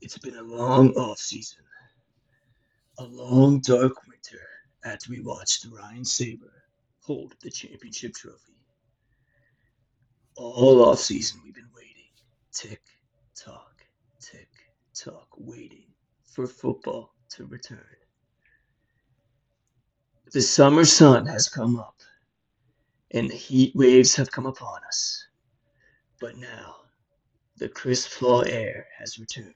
It's been a long off season, a long dark winter after we watched Ryan Saber hold the championship trophy. All off season we've been waiting, tick tock, tick tock, waiting for football to return. The summer sun has come up, and the heat waves have come upon us. But now, the crisp fall air has returned,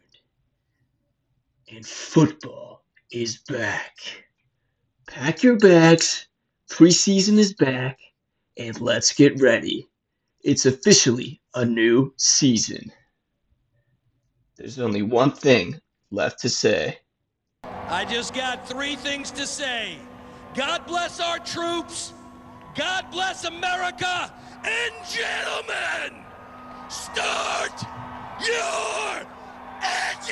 and football is back. Pack your bags, preseason is back, and let's get ready. It's officially a new season. There's only one thing left to say. I just got three things to say. God bless our troops. God bless America. And gentlemen, start your engine!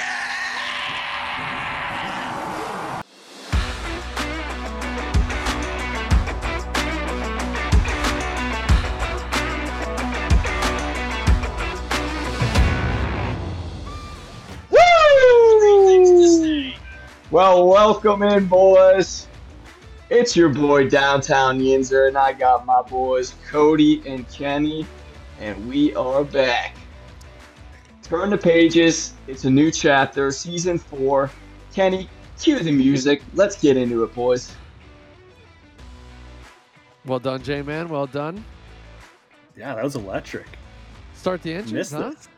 Woo! Well, welcome in, boys. It's your boy Downtown Yinzer, and I got my boys Cody and Kenny, and we are back. Turn the pages. It's a new chapter, season four. Kenny, cue the music. Let's get into it, boys. Well done, J Man. Well done. Yeah, that was electric. Start the engines, Missed huh? it.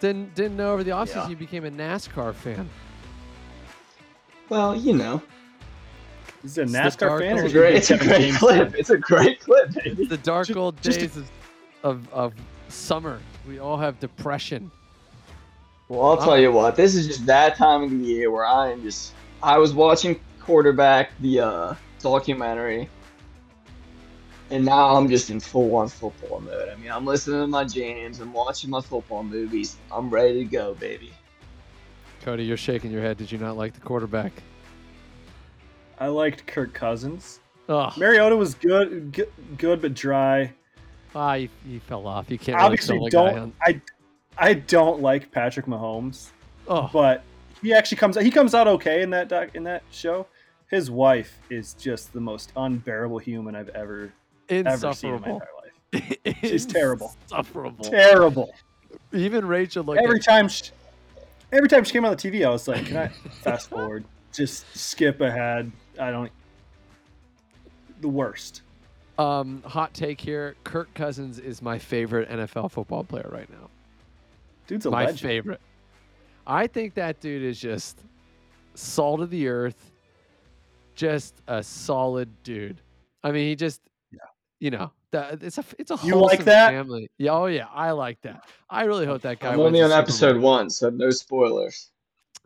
Didn't didn't know over the offseason Yeah. you became a NASCAR fan. Well, you know, He's a It's the NASCAR dark fan. Or old is it's he a great, it's a Kevin great James clip. fan? It's a great clip, baby. The dark Ju- old just a- days of, of of summer. We all have depression. Well, I'll tell you what, this is just that time of the year where I am just. I was watching quarterback the uh, documentary, and now I'm just in full on football mode. I mean, I'm listening to my jams, I'm watching my football movies, I'm ready to go, baby. Cody, you're shaking your head. Did you not like the quarterback? I liked Kirk Cousins. Oh, Mariota was good, good, good but dry. ah, you, you fell off. You can't Obviously, really tell a guy don't I? I don't like Patrick Mahomes, on- Oh, but he actually comes. He comes out okay in that doc, in that show. His wife is just the most unbearable human I've ever ever seen in my insufferable. entire life. She's terrible. Insufferable. Terrible. Even Rachel looked Every at time, she, every time she came on the TV, I was like, "Can I fast forward? Just skip ahead? I don't." The worst. um hot take here. Kirk Cousins is my favorite NFL football player right now. Dude's a my legend. favorite. I think that dude is just salt of the earth, just a solid dude. I mean, he just, you know, that it's a it's a You like wholesome that? family. Yeah, oh yeah, I like that. I really hope that guy. I'm only wins on the Super episode Bowl. one, so no spoilers.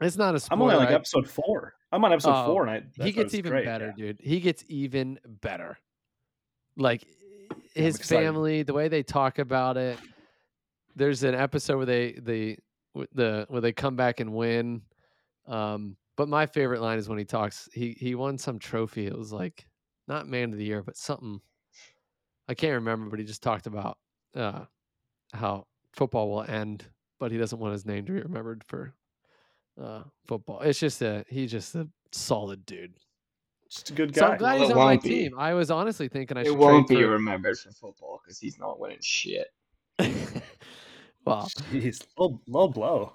It's not a spoiler. I'm only on like I- episode four. I'm on episode Oh, four, and I, that's why he it gets was even great, better, yeah. dude. He gets even better. Like I'm his excited. family, the way they talk about it. There's an episode where they they wh- the where they come back and win. Um, but my favorite line is when he talks. He he won some trophy. It was like not man of the year, but something. I can't remember, but he just talked about uh, how football will end, but he doesn't want his name to be remembered for uh, football. It's just a he's just a solid dude. Just a good So guy. I'm glad Well, he's it on my won't be. team. I was honestly thinking I should It won't be trade remembered for football because he's not winning shit. for. well, Jeez, low, low blow.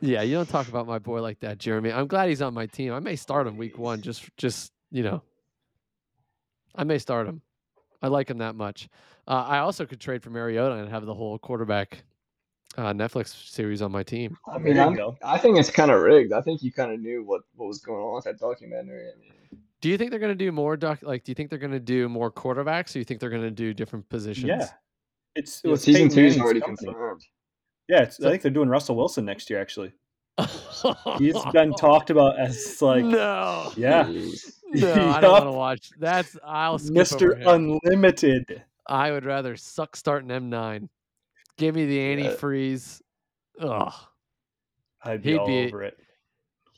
yeah, you don't talk about my boy like that, Jeremy. I'm glad he's on my team. I may start him week one. Just, just you know, I may start him. I like him that much. Uh, I also could trade for Mariota and have the whole quarterback uh, Netflix series on my team. I mean, There you I'm, go. I think it's kind of rigged. I think you kind of knew what, what was going on with that documentary. I mean, Do you think they're going to do more doc? Like, do you think they're going to do more quarterbacks? Or you think they're going to do different positions? Yeah, it's it yeah, was season Peyton two is Manning's already company. confirmed. Yeah, it's, So- I think they're doing Russell Wilson next year. Actually, he's been talked about as like no. yeah, Jeez. No, I don't want to watch. That's I'll skip over Mister him. Unlimited. I would rather suck starting M9. Give me the Yeah. antifreeze. Ugh. I'd be He'd all be- over it.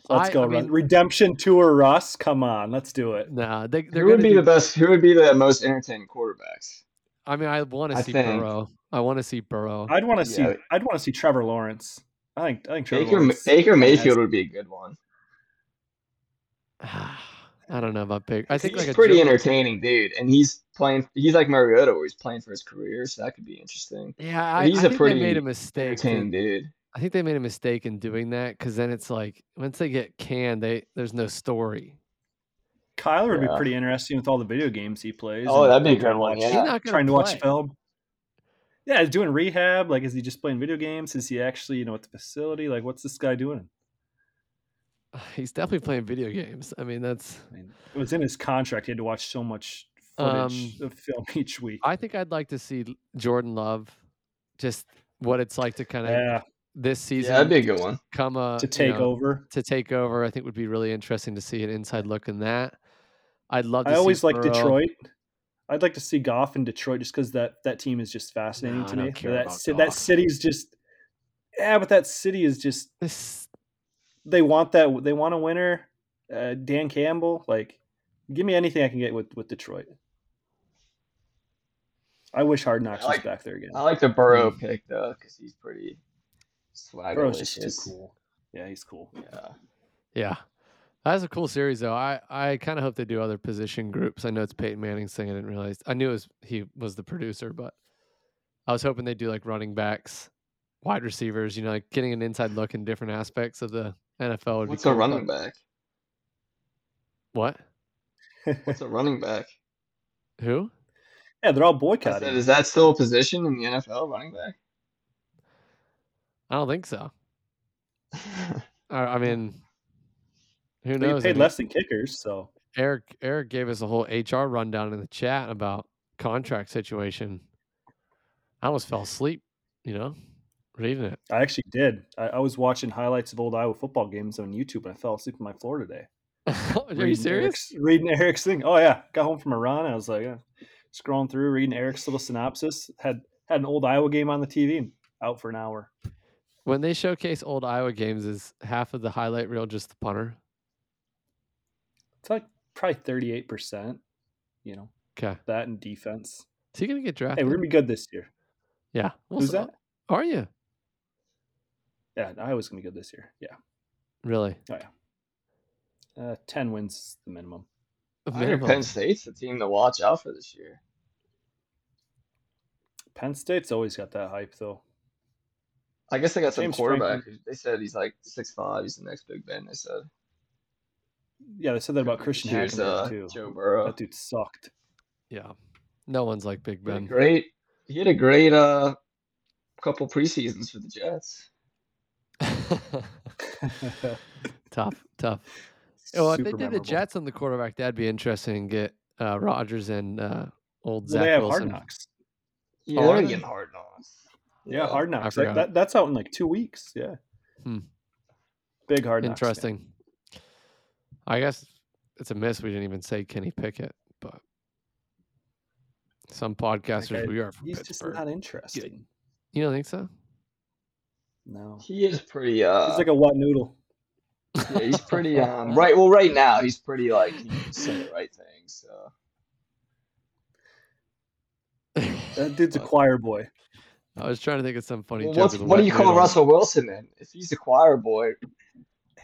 Let's I- go, I Russ. mean- redemption tour, Russ. Come on, let's do it. Nah, they, they're Who would going be to do. the best? Who would be the most entertaining quarterbacks? I mean, I want I to see think- Burrow. I want to see Burrow. I'd want to see. Yeah. I'd want to see Trevor Lawrence. I think I think Trevor Baker, Lawrence- Baker Mayfield has- would be a good one. I don't know about big. I think he's like a pretty Joe- entertaining dude, and he's playing. He's like Mariota, where he's playing for his career, so that could be interesting. Yeah, I, he's a I think pretty they made a mistake. Entertaining in- dude. I think they made a mistake in doing that because then it's like once they get canned, they there's no story. Kyler would Yeah. be pretty interesting with all the video games he plays. Oh, and that'd be a good one, watch- yeah. He's not gonna Trying to watch play. film. Yeah, he's doing rehab. Like, is he just playing video games? Is he actually, you know, at the facility? Like, what's this guy doing? He's definitely playing video games. I mean, that's. I mean, it was in his contract. He had to watch so much footage of film each week. Um, I think I'd like to see L- Jordan Love, just what it's like to kind of yeah, this Yeah, season that'd be a good one. come a uh, to you take know, over. to take over. I think would be really interesting to see an inside look in that. I'd love. to I see always like Burrow. Detroit. I'd like to see Goff in Detroit just because that that team is just fascinating No, I to don't me. care That about ci- Goff. that city's just yeah, but that city is just This they want that they want a winner. Uh, Dan Campbell, like, give me anything I can get with with Detroit. I wish Hard Knocks I was like- back there again. I like the Hmm. Burrow pick though, because he's pretty Burrow's just too swaggerlicious. cool. Yeah, he's cool. Yeah. Yeah. That's a cool series, though. I, I kind of hope they do other position groups. I know it's Peyton Manning's thing. I didn't realize. I knew it was, he was the producer, but I was hoping they do like running backs, wide receivers. You know, like getting an inside look in different aspects of the NFL would What's be. a cool, running but- back? What? What's a running back? Who? Yeah, they're all I said, boycotting. is that still a position in the NFL, running back? I don't think so. I, I mean, who They knows? I paid mean, less than kickers, so Eric Eric gave us a whole HR rundown in the chat about contract situation. I almost fell asleep. You know, reading it. I actually did. I, I was watching highlights of old Iowa football games on YouTube, and I fell asleep on my floor today. Are you reading serious? Eric's, reading Eric's thing. Oh yeah, got home from a run. I was like uh, scrolling through, reading Eric's little synopsis. Had had an old Iowa game on the TV, and out for an hour. When they showcase old Iowa games, is half of the highlight reel just the punter? It's like probably thirty eight percent. You know Okay. that and defense. Is he gonna get drafted? Hey, we're gonna be good this year. yeah. Well, Who's so- that? Are you Yeah, Iowa's gonna be good this year. Yeah, really? uh, ten wins is the minimum. I heard Minimum. Penn State's the team to watch out for this year. Penn State's always got that hype though. I guess they got some James quarterback. Franklin. who- They said he's like six five. He's the next Big Ben. They said. Yeah, they said that about Christian Here's Hackenberg uh, too. Joe Burrow. That dude sucked. Yeah. No one's like Big He had a Ben. great. He had a great uh, couple preseasons for the Jets. tough, tough. Well, if they Super did memorable. the Jets on the quarterback, that'd be interesting. and Get uh, Rodgers and uh, old Well, Zach they have Wilson. hard knocks. Yeah, Oh, they're are they? getting hard knocks. Yeah, hard knocks. That, Um, forgot. that- that's out in like two weeks. Yeah. Hmm. Big hard knocks. game. Interesting. I guess it's a miss. We didn't even say Kenny Pickett, but some podcasters guy- we are from He's Pittsburgh. just not interesting. you don't think so? No. He is pretty. Uh, He's like a wet noodle. yeah, he's pretty. Um, right. Well, right now he's pretty like he can say the right things. So. That dude's a uh, choir boy. I was trying to think of some funny. Well, joke what's, with a what do wet you call noodle. Russell Wilson then? If he's a choir boy,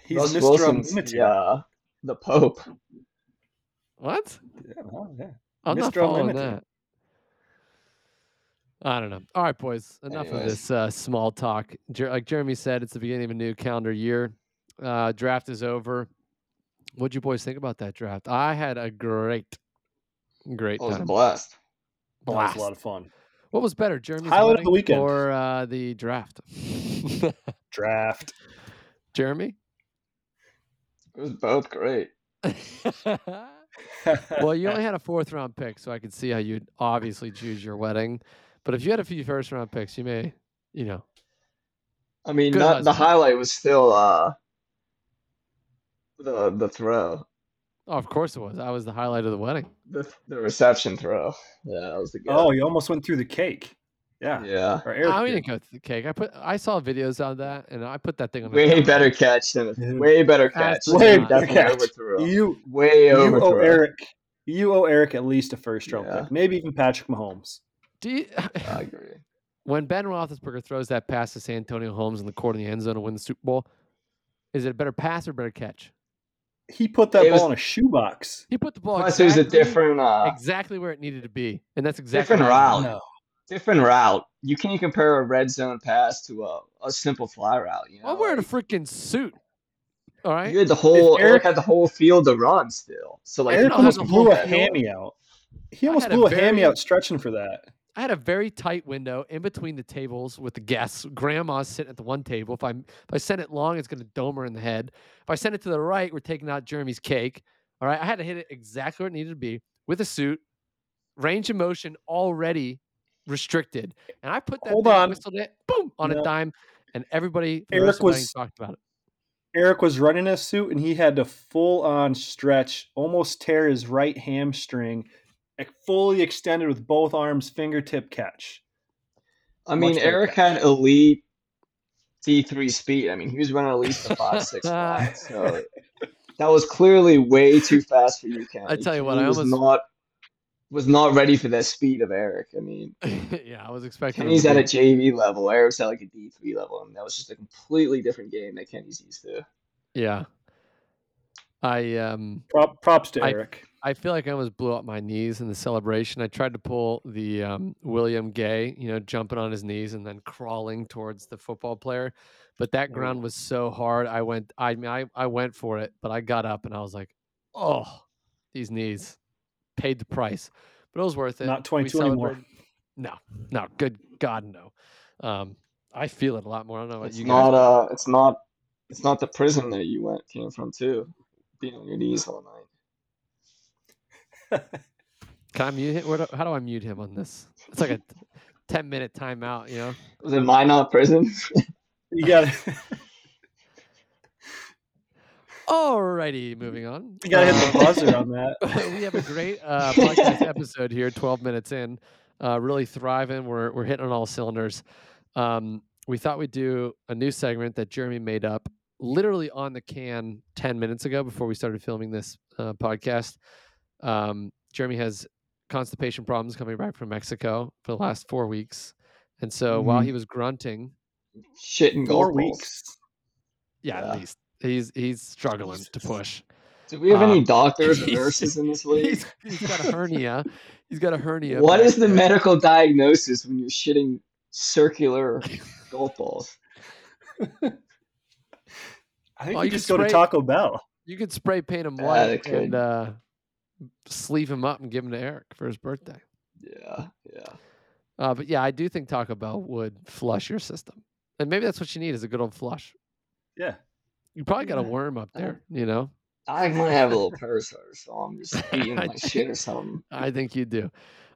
He's um, Russ Mr. Wilson's Unlimited. the, uh, the Pope. What? Yeah, well, yeah. I'm not Mr. following Unlimited. that. I don't know. All right, boys. Enough of Anyways. this uh, small talk. Jer- like Jeremy said, it's the beginning of a new calendar year. Uh, draft is over. What'd you boys think about that draft? I had a great, great I Oh, was time. blessed. That was a lot Blast. of fun. What was better, Jeremy's Highlight of the wedding weekend. or uh, the draft? Draft. Jeremy. It was both great. well, you only had a fourth round pick, so I could see how you'd obviously choose your wedding. But if you had a few first round picks, you may, you know, I mean, Good not, the husband. highlight was still uh, the the throw, Oh, of course it was. I was the highlight of the wedding. the the reception throw. Yeah, that was the good. Oh, you almost went through the cake. Yeah. yeah, Or Eric I didn't did. go through the cake. I put I saw videos on that, and I put that thing on. the way counter. better catch than Dude. way better catch. Absolutely than not. definitely Catch. overthrow. You, way you oh, overthrow. owe Eric. You owe Eric at least a first round Yeah. pick, maybe even Patrick Mahomes. Do you, I agree. when Ben Roethlisberger throws that pass to Santonio Holmes in the court in the end zone to win the Super Bowl, is it a better pass or better catch? He put that It ball was- in a shoebox. He put the ball Plus, it was a exactly- different, Ah. uh, exactly where it needed to be, and that's exactly different how route. it went. No. different route. You can't compare a red zone pass to a, a simple fly route. You know, I'm wearing a like, freaking suit. All right, you had the whole If Eric Eric- had the whole field to run still. So like, Eric no, almost that's a blew whole a thing. hammy out. He I almost had a blew a hammy very- out stretching for that. I had a very tight window in between the tables with the guests. Grandma's sitting at the one table. If I if I send it long, it's going to dome her in the head. If I send it to the right, we're taking out Jeremy's cake. All right, I had to hit it exactly where it needed to be with a suit, range of motion already restricted, and I put that Hold thing, on. whistled it, boom, on a No. dime, and everybody for the Eric rest of the night was- talked about it. Eric was running a suit and he had to full on stretch, almost tear his right hamstring, like, fully extended with both arms, fingertip catch. I mean, much better Eric had elite D three speed. I mean, he was running at least a five six fly. So that was clearly way too fast for you, County. I tell you what, Kenny I was almost- not was not ready for that speed of Eric. I mean, yeah, I was expecting. him Kenny's to at be- a JV level. Eric's at like a D three level, and that was just a completely different game that Kenny's used to. Yeah, I um. Prop, props to I- Eric. I feel like I almost blew up my knees in the celebration. I tried to pull the um, William Gay, you know, jumping on his knees and then crawling towards the football player, but that ground was so hard. I went, I mean, I, I went for it, but I got up and I was like, oh, these knees paid the price, but it was worth it. Not We 22 anymore. celebrated- No, no, good God, no. Um, I feel it a lot more. I don't know about It's you not guys. uh it's not it's not the prison that you went came from too. Being on your knees all night. Can I mute him? Where do, how do I mute him on this? It's like a 10 minute timeout, you know? Was it mine not prison? You got Alrighty, moving on. you got to hit the Um, buzzer on that. we have a great uh, podcast episode here, 12 minutes in. Uh, really thriving. We're, we're hitting on all cylinders. Um, we thought we'd do a new segment that Jeremy made up literally on the can 10 minutes ago before we started filming this uh, podcast. Um, Jeremy has constipation problems coming back from Mexico for the last four weeks. And so while Mhm. he was grunting, Shit and Four golf balls. weeks. yeah, Yeah. at least he's he's struggling to Jesus. push. Do we have any Um, doctors or he's- nurses in this league? He's, he's got a hernia. He's got a hernia. What back is the there. medical diagnosis when you're shitting circular golf balls? I think Oh, you, you just can go spray- to Taco Bell. You could spray paint him Yeah, white they and could. uh, sleeve him up and give him to Eric for his birthday. Yeah, yeah. Uh, but yeah, I do think Taco Bell would flush your system, and maybe that's what you need is a good old flush. Yeah. You probably got a Yeah. worm up Uh, there, you know. I might have a little parasite or something. Just eating I my shit or something. I think you do.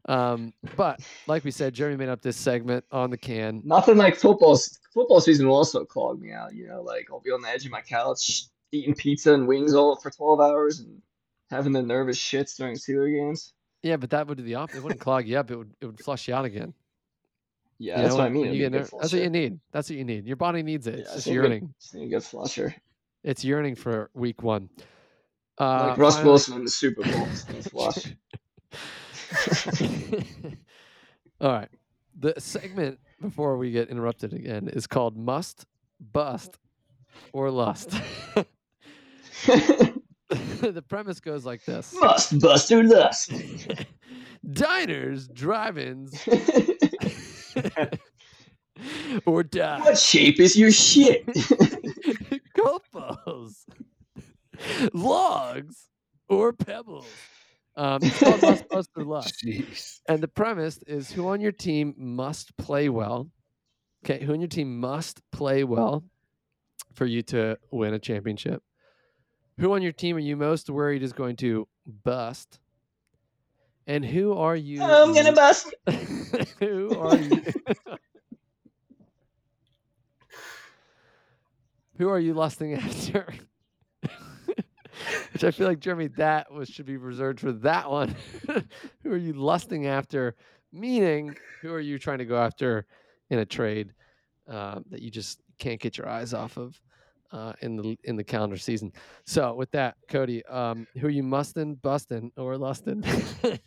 Um, but like we said, Jeremy made up this segment on the can. Nothing like football. s- Football season will also clog me out. You know, like I'll be on the edge of my couch eating pizza and wings all for twelve hours and having the nervous shits during Steeler games. Yeah, but that would do the opposite. It wouldn't clog you up. It would it would flush you out again. Yeah, You that's know, what I when mean. you it'd be get good ner- that's what flusher. you need. That's what you need. Your body needs it. Yeah, It's I just think it- yearning. Just need a good flusher. It's yearning for week one. Uh, like Russ finally- Wilson in the Super Bowl. Just need a flush. All right. The segment before we get interrupted again is called Must, Bust, or Lust. the premise goes like this Must bust or lust. Diners, drive ins, or die. what shape is your shit? Couples, logs, or pebbles. Um, it's called Must Bust or Lust. Jeez. And the premise is who on your team must play well. Okay, who on your team must play well for you to win a championship? Who on your team are you most worried is going to bust? And who are you? I'm gonna bust. who are you? who are you lusting after? Which I feel like Jeremy, that was should be reserved for that one. who are you lusting after? Meaning, who are you trying to go after in a trade uh, that you just can't get your eyes off of uh, in the in the calendar season? So, with that, Cody, um, who are you mustin', bustin', or lustin'?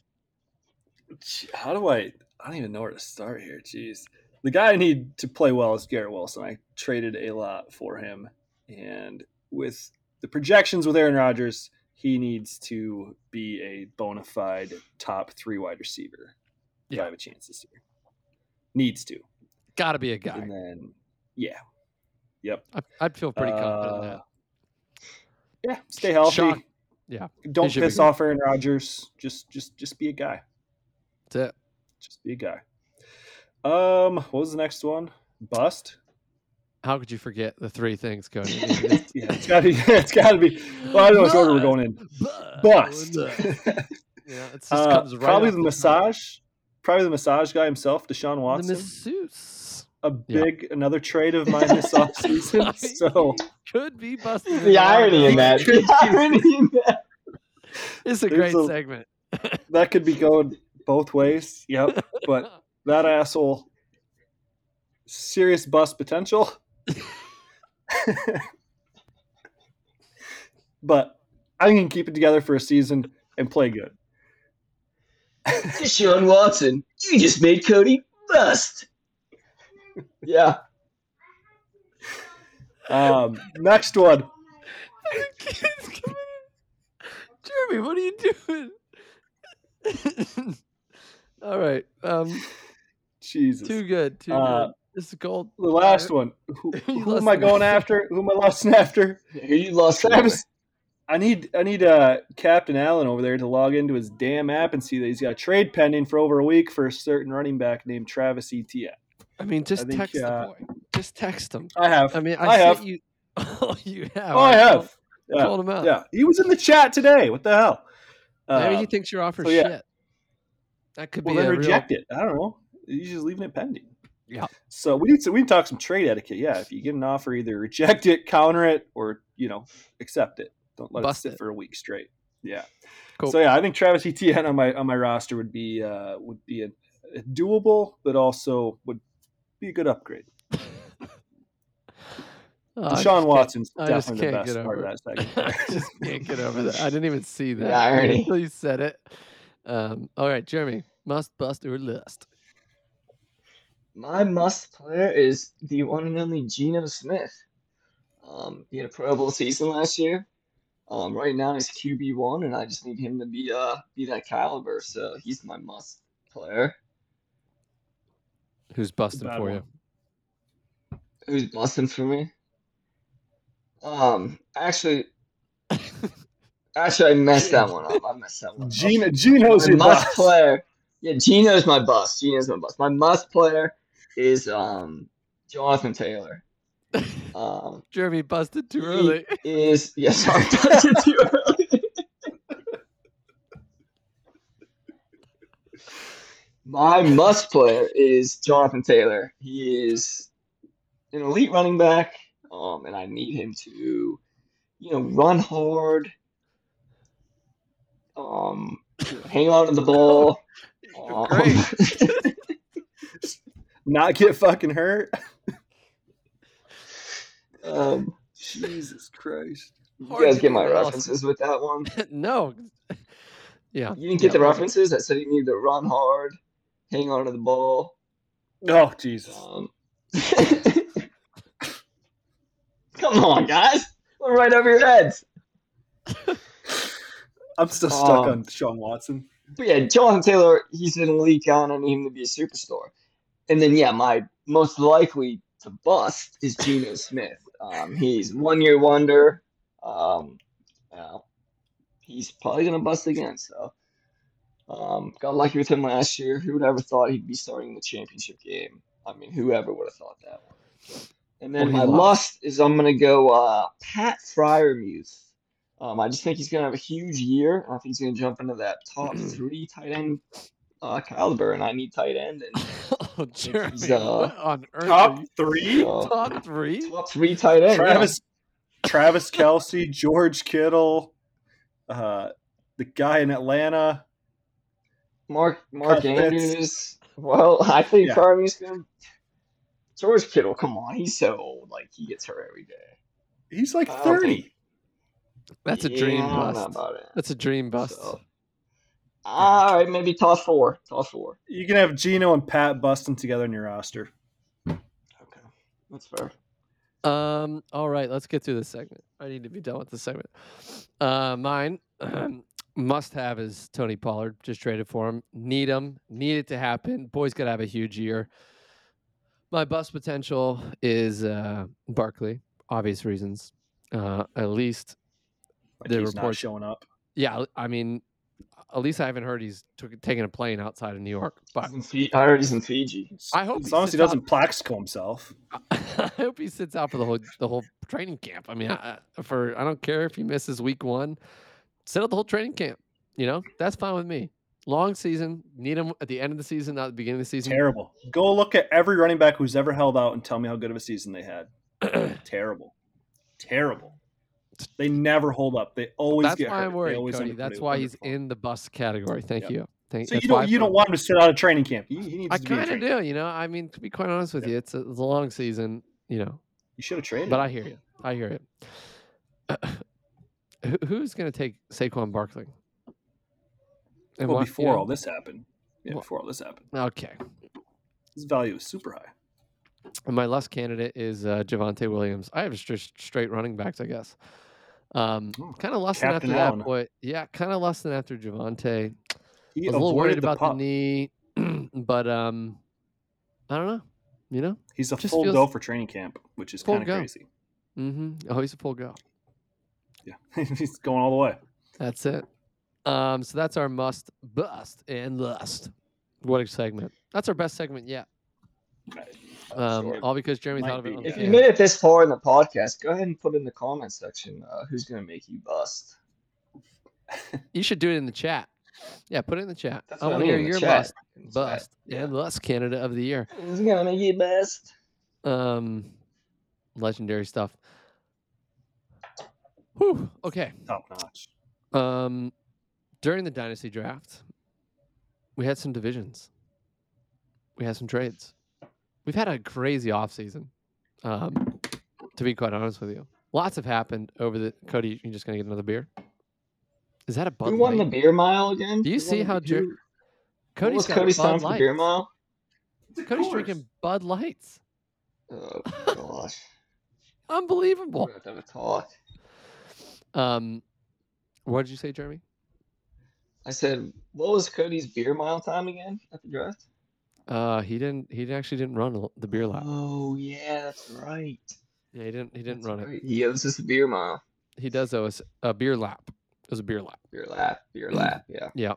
Gee, How do I? I don't even know where to start here. Jeez. the guy I need to play well is Garrett Wilson. I traded a lot for him, and with the projections with Aaron Rodgers, he needs to be a bona fide top three wide receiver if Yeah. I have a chance this year. Needs to, Got to be a guy. and then yeah, I, I'd feel pretty confident in that. that. Yeah, stay healthy. Shock- yeah, don't should be piss good. off Aaron Rodgers. Just just just be a guy. That's it. Just be a guy. Um, what was the next one? Bust. How could you forget the three things, Cody? Yeah, it's gotta be. It's gotta be. Well, I don't know which order we're going in. uh, Bust. Yeah, it just Uh, oh, comes right probably off the top. massage. Probably the massage guy himself, Deshaun Watson. The masseuse a Yeah. big another trade of mine this offseason. So could be busted. The irony in that. The irony in that. It's a There's great a- segment. that could be going both ways. Yep. But that asshole serious bust potential. but I can keep it together for a season and play good. Deshaun Watson, you just made Cody bust. Yeah. Um, next one. Jeremy, what are you doing? All right, um, Jesus. too good, too Uh, good. This is gold. The last one. Who, You who am lost I me. going after? Who am I lusting after? Who you lost Travis, I need I need uh, Captain Allen over there to log into his damn app and see that he's got a trade pending for over a week for a certain running back named Travis Etienne. I mean, just think, text the uh, boy. Just text him. I have. I mean, I, I have. sent you. Oh, you have. oh, I called- have. Yeah. Called him out. Yeah, he was in the chat today. What the hell? Oh. Maybe Uh, he thinks your offer so, yeah. shit. That could well, be then a reject it. I don't know. He's just leaving it pending. Yeah. So we need to we need to talk some trade etiquette. Yeah, if you get an offer, either reject it, counter it, or you know accept it. Don't let Bust it sit it. for a week straight. Yeah. Cool. So yeah, I think Travis Etienne on my on my roster would be uh, would be a, a doable, but also would be a good upgrade. real. Oh, I Deshaun just Watson's I just definitely the can't best get part of over that second. can't- I just can't get over that. I didn't even see that irony. until you said it. Um, all right, Jeremy, must bust or list. My must player is the one and only Geno Smith. Um, he had a Pro Bowl season last year. Um, right now he's QB one, and I just need him to be uh be that caliber. So he's my must player. Who's busting bad for one. you? Who's busting for me? Um, actually, actually I messed that one up. I messed that one up. Gino Gino's my your must boss. player. Yeah, Gino's my bust. Gino's my bust. My must player is um Jonathan Taylor. Um, Jeremy busted too He- early. is yes, sorry, that's it too early. My must player is Jonathan Taylor. He is an elite running back, um, and I need him to, you know, run hard, um, you know, hang on to the ball. Um, Great. Not get fucking hurt. um, Jesus Christ. you Hard guys to get do my that all- references with that one. no. Yeah. You didn't get the yeah, references. I said you need to run hard, hang on to the ball. Oh Jesus. Um, come on, guys. We're right over your heads. I'm still stuck Um, on Sean Watson. But yeah, Jonathan Taylor, he's in the league on. I need him to be a superstar. And then, yeah, my most likely to bust is Geno Smith. Um, he's one year wonder. Um, uh, he's probably going to bust again. So um, got lucky with him last year. Who would ever thought he'd be starting the championship game? I mean, whoever would have thought that one? And then Well, he my lost. lust is I'm going to go uh, Pat Fryermuth. Um, I just think he's going to have a huge year. and I think he's going to jump into that top three tight end uh, caliber, and I need tight end. And oh, Jeremy, he's, uh, what on earth? are Top you- three? uh, top three? top three tight end. yeah. Travis Travis Kelsey, George Kittle, uh, the guy in Atlanta. Mark Mark Kyle Pitts. Andrews. Well, I think Yeah. Fryermuth's going to. George Kittle, come on, he's so old. Like he gets hurt every day. He's like I don't think- thirty. That's a dream Yeah, I don't know bust. about it. That's a dream bust. So, all right, maybe top four. Top four. You can have Gino and Pat busting together in your roster. That's fair. Um. All right, let's get through this segment. I need to be done with this segment. Uh, mine must have is Tony Pollard. Just traded for him. Need him. Need it to happen. Boy's gonna have a huge year. My bust potential is uh, Barkley. Obvious reasons. Uh, at least, Like The he's not report- showing up. yeah. I mean, at least I haven't heard he's took, taking a plane outside of New York. But He's in Fi- I heard he's in Fiji. S- I hope as he long as he sits out- doesn't plaxico himself. I hope he sits out for the whole the whole training camp. I mean, I, I- for I don't care if he misses week one, sit out the whole training camp. You know, that's fine with me. Long season, need him at the end of the season, not at the beginning of the season. Terrible. Go look at every running back who's ever held out and tell me how good of a season they had. Terrible. Terrible. They never hold up. They always that's get why hurt. I'm They worried, always Cody. end up That's under- why he's underperforming. in the bust category. Thank Yep. you. Thank. So that's you why don't you for- don't want him to sit out of training camp. He, he needs I to be in kind of training. do. You know, I mean, to be quite honest with Yep. you, it's a, it's a long season. You know, You should have traded. but him. I hear you. I hear it. Who- Who's going to take Saquon Barkley? And well, why- you before know? all this happened. Yeah, Well- before all this happened, Okay. his value was super high. And my last candidate is uh, Javante Williams. I have str- straight running backs, I guess. Um, Hmm, Oh, kind of less than after Captain Allen. that point. Yeah, kind of less than after Javante. He I was a little worried avoided the about pup. the knee, but um, I don't know. You know. He's a Just full feels- go for training camp, which is Full kind of go. crazy. Mm-hmm. Oh, he's a full go. Yeah, he's going all the way. That's it. Um, so that's our must, bust, and lust. What a segment! That's our best segment yet. Um, Sure. all because Jeremy Might thought of it. be, on the yeah. If fly. you made it this far in the podcast, go ahead and put in the comment section uh, who's going to make you bust. You should do it in the chat. Yeah, put it in the chat. That's I what I want to mean, in hear the your chat, Oh, bust, in the chat, bust, yeah. and lust Canada of the year. Who's going to make you bust? Um, legendary stuff. Whew. Okay. Top notch. Um, during the dynasty draft, we had some divisions. We had some trades. We've had a crazy offseason. Um, to be quite honest with you, lots have happened over the. Cody, you just gonna get another beer? Is that a Bud Who won the Light? beer mile again? Do you Who won see the- how Jer- who- what Cody's was got Cody's Bud time for the beer Lights. mile? Cody's drinking Bud Lights. Oh gosh, we're Unbelievable. gonna have to have a talk. Um, what did you say, Jeremy? I said, what was Cody's beer mile time again at the draft? Uh, he didn't. He actually didn't run l- the beer lap. Oh yeah, that's right. Yeah, he didn't. He didn't That's run it. right. Yeah, this is the beer mile, He does owe us a beer lap. It was a beer lap. beer lap, beer lap. Yeah. Yeah.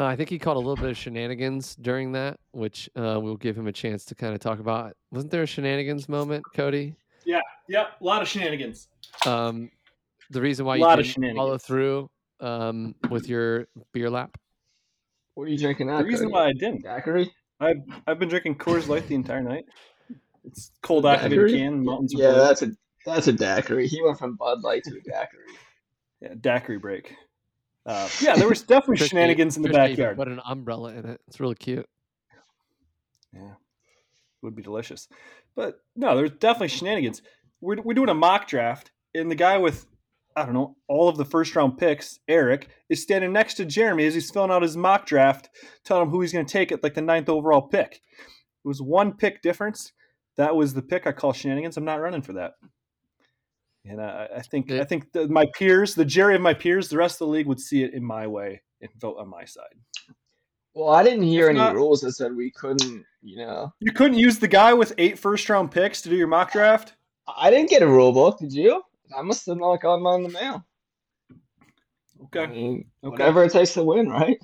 Uh, I think he caught a little bit of shenanigans during that, which uh, we'll give him a chance to kind of talk about. Wasn't there a shenanigans moment, Cody? Yep, a lot of shenanigans. Um, the reason why Lot you of didn't follow shenanigans. through um, with your beer lap. What are you drinking now, The reason Cody? why I didn't, Daiquiri? I've I've been drinking Coors Light the entire night. It's cold activated Daiquiri? can. Mountains Yeah, are blue. that's a that's a daiquiri. He went from Bud Light to a daiquiri. Yeah, daiquiri break. Uh, yeah, there was definitely Christy- shenanigans in the Christy even backyard. Put an umbrella in it. It's really cute. Yeah, would be delicious. But no, there's definitely shenanigans. We're, we're doing a mock draft, and the guy with, I don't know, all of the first round picks, Eric, is standing next to Jeremy as he's filling out his mock draft, telling him who he's going to take at like the ninth overall pick. It was one pick difference. That was the pick I call shenanigans. I'm not running for that. And I, I think I It- think that my peers, the jury of my peers, the rest of the league would see it in my way and vote on my side. Well, I didn't hear If any not- rules that said we couldn't. You know, You couldn't use the guy with eight first round picks to do your mock draft. I didn't get a rule book. Did you? I must have not gotten mine in the mail. I Okay. mean, Okay. whatever it takes to win, right?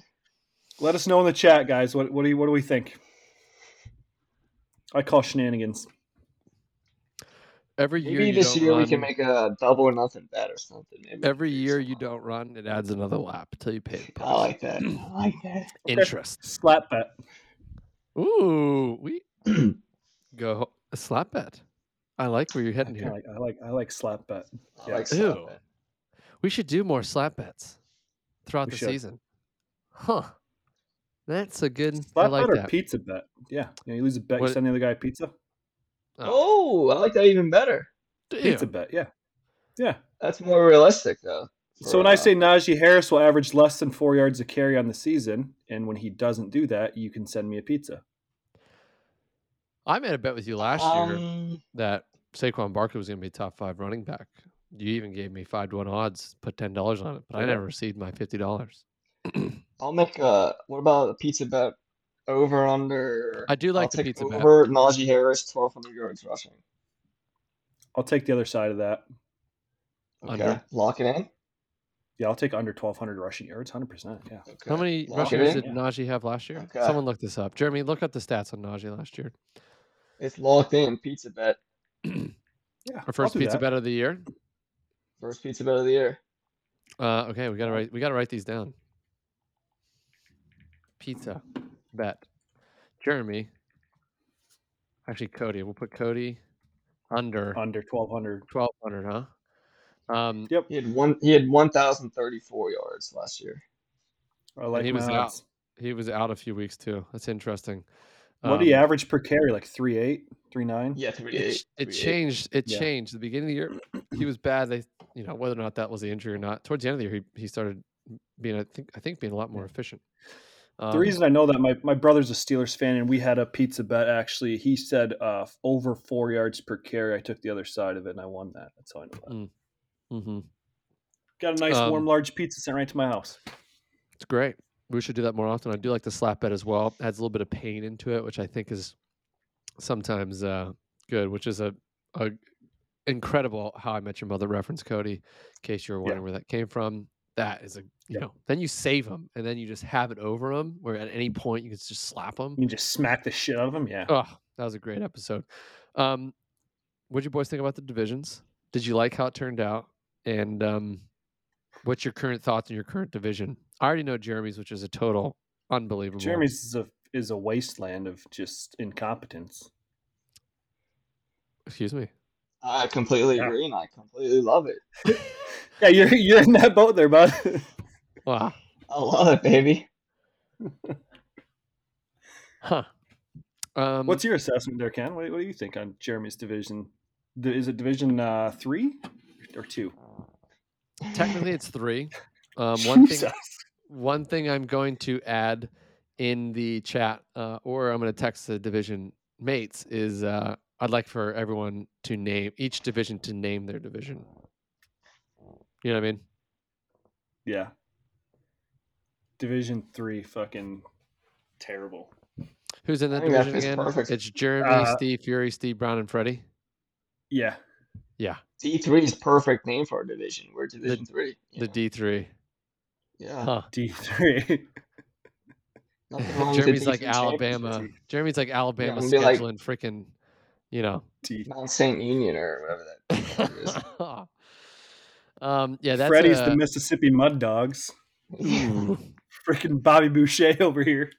Let us know in the chat, guys. What what do you, what do we think? I call shenanigans. Every year Maybe you this don't year run, we can make a double or nothing bet or something. Maybe we every can figure year you something out. don't run, it adds another lap until you pay I the Oh, like price. that. I like that. Interest. Slap bet. Ooh, we go ho- a slap bet. I like where you're I heading kinda here. like I like I like slap bet. I Yeah. like slap Ew. bet. We should do more slap bets throughout We the should. season. Huh. That's a good. I Slap like bet or that. pizza bet? Yeah. You, know, you lose a bet, What- you send the other guy pizza. Oh, Oh, I like that even better. Pizza damn. bet. Yeah. Yeah. That's more realistic though. So for, when I uh, say Najee Harris will average less than four yards a carry on the season, and when he doesn't do that, you can send me a pizza. I made a bet with you last year Um, that Saquon Barkley was going to be top five running back. You even gave me five to one odds, put ten dollars on it, but I Okay. never received my fifty dollars. I'll make a. What about a pizza bet? Over under. I do I'll like the take pizza bet. over Najee Harris, 1,200 yards rushing. I'll take the other side of that. Okay, Under. lock it in. Yeah, I'll take under 1,200 rushing yards, 100%. Yeah. Okay, How many lock rushing it yards in. did Najee have last year? Okay. Someone look this up. Jeremy, look up the stats on Najee last year. It's locked in. Pizza bet. Yeah. Our first I'll do pizza that. bet of the year. First pizza bet of the year. Uh, okay, we gotta Well- write. We gotta write these down. Pizza bet. Jeremy. Actually, Cody. We'll put Cody under Under 1,200. twelve hundred, huh? Um, Yep. He had one. He had 1,034 yards last year. I like he my was out. odds. he was out a few weeks too. That's interesting. What do you Um, average per carry? Like 3.8, 3.9? Yeah, It, 38. ch- it 38. changed. It Yeah. changed. At the beginning of the year, he was bad. They, you know, whether or not that was the injury or not. Towards the end of the year, he, he started being, I think, I think being a lot more efficient. Um, The reason I know that my, my brother's a Steelers fan and we had a pizza bet actually. He said uh, over four yards per carry. I took the other side of it and I won that. That's how I know that. mhm. Got a nice Mm, Um, warm large pizza sent right to my house. it's great. We should do that more often. I do like the slap bet as well. Adds a little bit of pain into it, which I think is sometimes uh, good. Which is a, a incredible How I Met Your Mother reference, Cody. In case you were wondering where that came from, that is a you Yeah. know. Then you save them, and then you just have it over them. Where at any point you can just slap them. You can just smack the shit out of him. Yeah. Oh, that was a great episode. Um, what'd you boys think about the divisions? Did you like how it turned out? And um, what's your current thoughts on your current division? I already know Jeremy's, which is a total unbelievable. Jeremy's is a, is a wasteland of just incompetence. excuse me. I completely Yeah. agree, and I completely love it. Yeah, you're, you're in that boat there, bud. Um, Wow. I love it, baby. Huh. Um, What's your assessment there, Ken? What, what do you think on Jeremy's division? The- Is it division uh, three or two? technically it's three. Um, one thing Jesus. one thing I'm going to add in the chat, uh, or I'm going to text the division mates, is uh, I'd like for everyone to name each division to name their division. You know what I mean? Yeah. Division three, fucking terrible. Who's in I that think that division fits again? perfect. It's Jeremy, Uh, Steve, Fury, Steve, Brown, and Freddie. Yeah. Yeah, D3 is perfect name for our division. We're Division 3. you the know? D three. yeah. Huh. D three. Nothing wrong with the Jeremy's D3 like championship Alabama. team. Jeremy's like Alabama and be like- scheduling freaking, you know. D. Mount St. Union or whatever that crap is. um, yeah, that's Freddie's the a- Mississippi Mud Dogs. Yeah. Ooh. Freaking Bobby Boucher over here.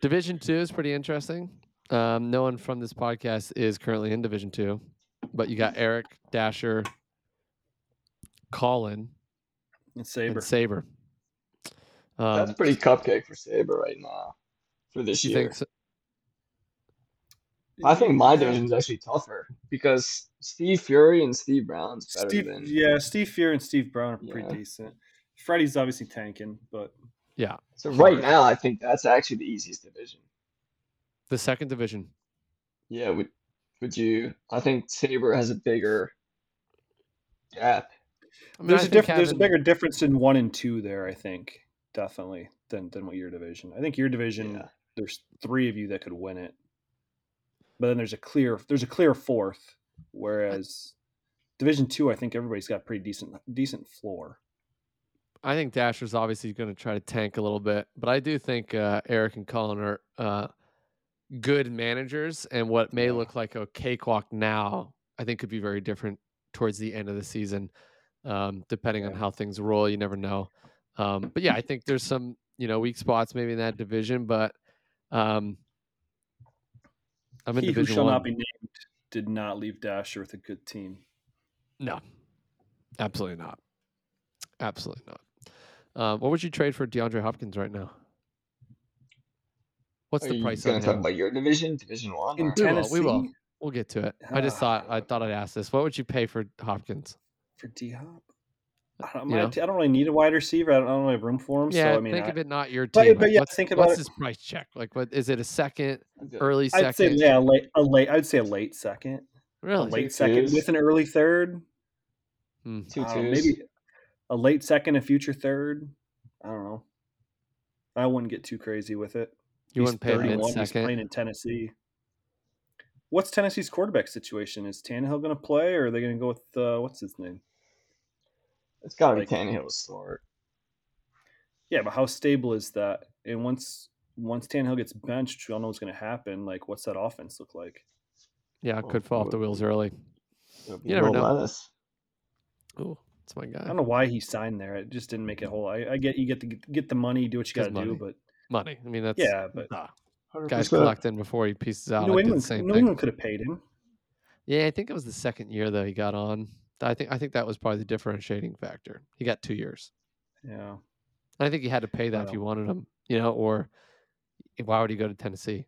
Division two is pretty interesting. Um, no one from this podcast is currently in Division two, but you got Eric Dasher, Colin, And Saber. and Saber. That's Um, pretty cupcake for Sabre right now for this you year. think so- I think my division is actually tougher because Steve Fury and Steve Brown's better Steve, than. yeah, Steve Fear and Steve Brown are pretty Yeah. decent. Freddie's obviously tanking, but yeah, So right now, I think that's actually the easiest division. the second division. Yeah, would would you? I think Sabre has a bigger gap. I there's I a think diff- there's a having- bigger difference in one and two there. I think definitely than than what your division. I think your division Yeah. there's three of you that could win it, but then there's a clear there's a clear fourth. Whereas division two, I think everybody's got pretty decent decent floor. I think Dasher's obviously going to try to tank a little bit, but I do think uh, Eric and Colin are uh, good managers, and what may Yeah. look like a cakewalk now, I think could be very different towards the end of the season, um, depending on Yeah. how things roll. You never know. Um, but yeah, I think there's some you know weak spots maybe in that division, but um, I'm in he who division shall one. not be named did not leave Dasher with a good team. No, absolutely not. Absolutely not. Um, what would you trade for DeAndre Hopkins right now? What's Are the you price gonna on talk him? about your division, Division One? In or- We Tennessee will. We will. We'll get to it. I just Ah. thought I thought I'd ask this. What would you pay for Hopkins? for D Hop, I don't, You I know? don't really need a wide receiver. I don't, I don't really have room for him. Yeah, Um, so I mean, think I, of it not your But- team. but like, yeah, what's, think what's about- his price check? Like, what is it? A second, That's it. early I'd say second? yeah, a late, a late. I'd say a late second, a really? late Two second twos. with an early third. Hmm. Two I don't know, twos. maybe a late second, a future third. I don't know. I wouldn't get too crazy with it. You he's wouldn't pay mid thirty-one. He's playing second. in Tennessee. What's Tennessee's quarterback situation? Is Tannehill going to play, or are they going to go with uh, what's his name? It's gotta Like- be Tannehill to start. Yeah, but how stable is that? And once once Tannehill gets benched, we all know what's going to happen. Like, what's that offense look like? Yeah, Well, could fall off the what- wheels early. It'll be You never Will know. Levis. Oh, it's my I guy. don't know why he signed there. It just didn't make it whole. I, I get you get the get the money, do what you 'Cause got to do, money. but Money. I mean, that's yeah, but nah, 100%. guys collecting before he pieces out. New I did the England, same New thing. England could have paid him. Yeah, I think it was the second year though he got on. I think I think that was probably the differentiating factor. He got two years. Yeah, I think he had to pay that if Wow. you wanted him, you know, or why would he go to Tennessee?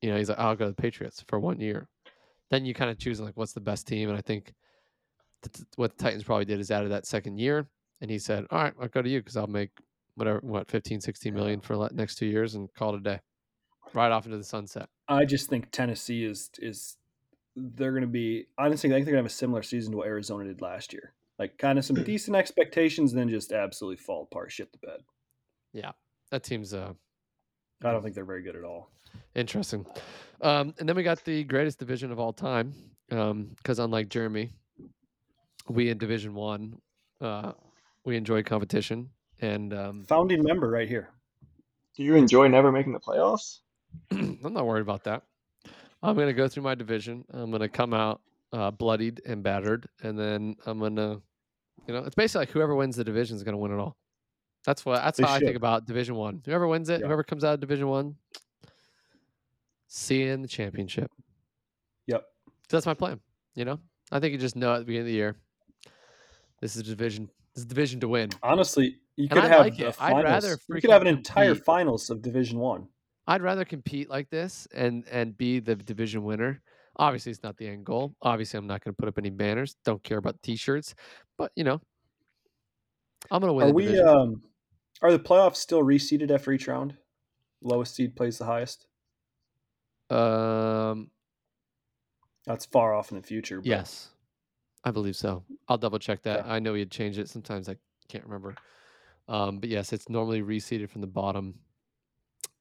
You know, he's like, I'll go to the Patriots for one year. Then you kind of choose like what's the best team, and I think the, t- what the Titans probably did is added that second year, and he said, "All right, I'll go to you because I'll make whatever what 15, 16 Yeah. million for the next two years and call it a day, right off into the sunset." I just think Tennessee is is they're going to be honestly. I think they're going to have a similar season to what Arizona did last year. Like kind of Hmm. some decent expectations, then just absolutely fall apart, shit the bed. That team's uh, I Hmm. don't think they're very good at all. Interesting. Um, and then we got the greatest division of all time, because unlike Jeremy, we in Division One, uh, we enjoy competition, and um, Founding member right here. Do you enjoy never making the playoffs? I'm not worried about that. I'm gonna go through my division. I'm gonna come out uh, bloodied and battered, and then I'm gonna, you know, it's basically like whoever wins the division is gonna win it all. That's what. That's They how I think should. about Division One. Whoever wins it, Yeah. whoever comes out of Division One, seeing the championship. Yep. So that's my plan. You know, I think you just know at the beginning of the year, this is a division. This is a division to win. Honestly, you And could I have like the it. I'd finals. rather You could have an freaking entire compete. finals of Division One. I'd rather compete like this and and be the division winner. Obviously, it's not the end goal. Obviously, I'm not going to put up any banners. Don't care about T-shirts. But you know, I'm going to win Are the we? division. Um, are the playoffs still reseeded after each round? Lowest seed plays the highest. uh, um, That's far off in the future. But yes, I believe so. I'll double check that. Okay. I know we had changed it. Sometimes I can't remember. Um, but yes, it's normally reseeded from the bottom.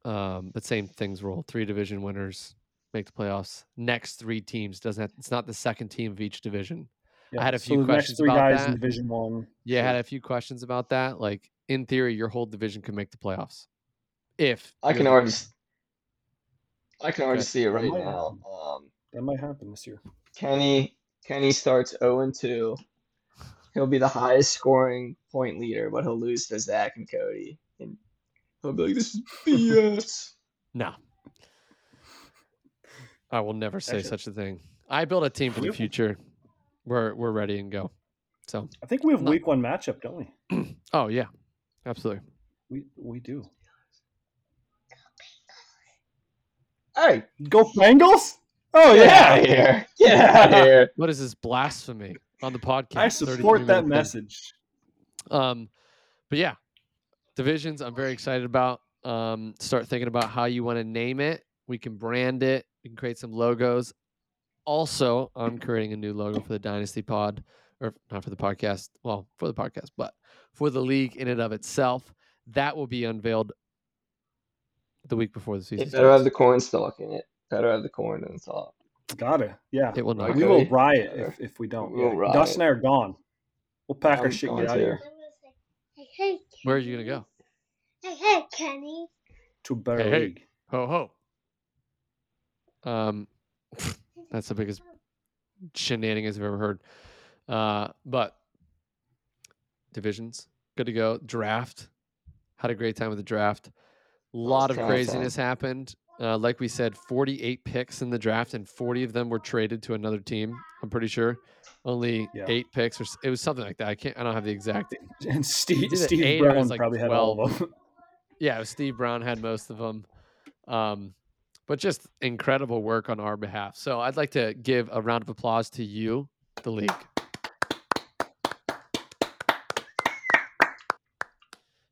Um, but same things roll. Three division winners make the playoffs. Next three teams doesn't. Have, it's not the second team of each division. yeah, had a so few the questions next three about guys in that. Division One. Yeah, I Sure. had a few questions about that. Like in theory, your whole division could make the playoffs. If I you're can the- already, s- I can already Good. see it right might now. Um, that might happen this year. Kenny, Kenny starts 0 and 2. He'll be the highest scoring point leader, but he'll lose to Zach and Cody, and he'll be like, "This is BS." no, I will never say Actually- such a thing. I build a team for the Really? future. We're we're ready and go. So, I think we have Not- Week One matchup, don't we? oh yeah, absolutely. We we do. hey, Go Bengals! Oh get yeah, out of here! Get out of here! What is this blasphemy on the podcast? I 33 support that minutes in. message. Um, but yeah, divisions I'm very excited about. Um, start thinking about how you want to name it. We can brand it. We can create some logos. Also, I'm creating a new logo for the Dynasty Pod, or not for the podcast. Well, for the podcast, but for the league in and of itself. That will be unveiled the week before the season It better have starts. the corn stalk in it. Better have the corn in the top. Gotta, yeah. It will not. Right, We will Cody? riot Or- if, if we don't. we will yeah. riot. Dust and I are gone. We'll pack our I'm shit and going get out of too. here Hey, hey, Where are you gonna Kenny. go? Hey, hey, Kenny. to a better Hey, hey. league. Ho ho. Um, That's the biggest shenanigans I've ever heard. Uh, but divisions, good to go. Draft, had a great time with the draft. A was lot of prime time. craziness happened. Uh, like we said, 48 picks in the draft, and 40 of them were traded to another team. I'm pretty sure. Only Yeah. eight picks, or s- it was something like that. I can't. I don't have the exact. And Steve, Either Steve eight or it was Brown like probably had all of them. Yeah, it was Steve Brown had most of them. Um, but just incredible work on our behalf. So I'd like to give a round of applause to you, the league.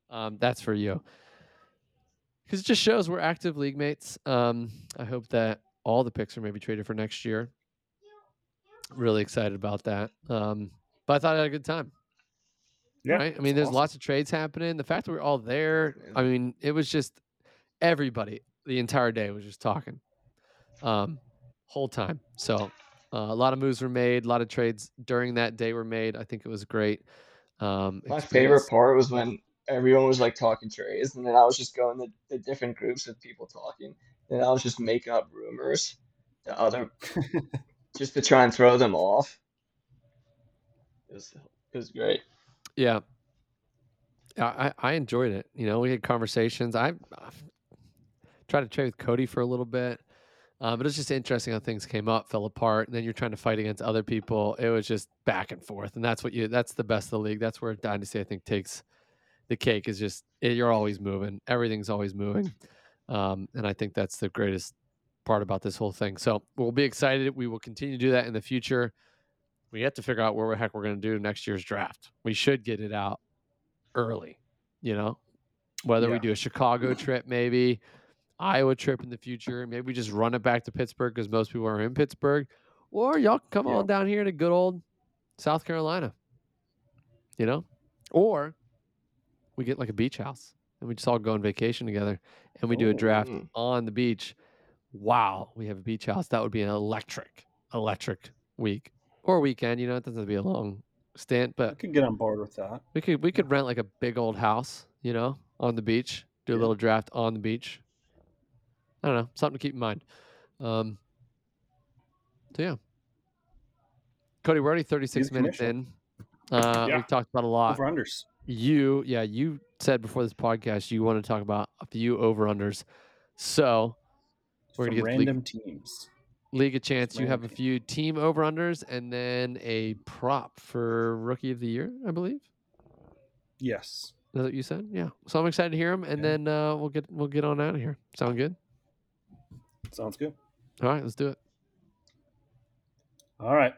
Um, that's for you. Because it just shows we're active league mates. Um, I hope that all the picks are maybe traded for next year. Really excited about that. Um, but I thought I had a good time. Yeah, right? I mean, there's lots of trades happening. The fact that we we're all there, I mean, it was just everybody the entire day was just talking, um, whole time. So uh, a lot of moves were made, a lot of trades during that day were made. I think it was great. Um, My experience. favorite part was when everyone was like talking trades, and then I was just going to the different groups of people talking, and I was just making up rumors to other, just to try and throw them off. It was, it was great. Yeah. I, I I enjoyed it. You know, we had conversations. I, I tried to trade with Cody for a little bit, uh, but it's just interesting how things came up, fell apart, and then you're trying to fight against other people. It was just back and forth, and that's what you. That's the best of the league. That's where Dynasty I think takes the cake. Is just eh, you're always moving. Everything's always moving, um, and I think that's the greatest part about this whole thing. So we'll be excited. We will continue to do that in the future. We have to figure out where the heck we're going to do next year's draft. We should get it out early, you know, whether we Yeah. do a Chicago trip, maybe Iowa trip in the future, maybe we just run it back to Pittsburgh because most people are in Pittsburgh, or y'all can come Yeah. on down here to good old South Carolina, you know, or we get like a beach house and we just all go on vacation together and we do a Ooh. draft Mm. on the beach. Wow, we have a beach house. That would be an electric, electric week or weekend. You know, it doesn't have to be a long stint, I but could get on board with that. we could we could rent like a big old house, you know, on the beach. Do a Yeah. little draft on the beach. I don't know, something to keep in mind. Um, so yeah, Cody, we're already thirty six the minutes commissioner. in. Uh, Yeah. We've talked about a lot. Over unders. You, yeah, you said before this podcast you want to talk about a few over unders. So We're gonna From get the league- random teams. league of chance, you random have a team. few team over unders and then a prop for rookie of the year, I believe. Is Yes. that what you said? Yeah. So I'm excited to hear them, and Yeah. then uh, we'll get we'll get on out of here. Sound good? Sounds good. All right, let's do it. All right.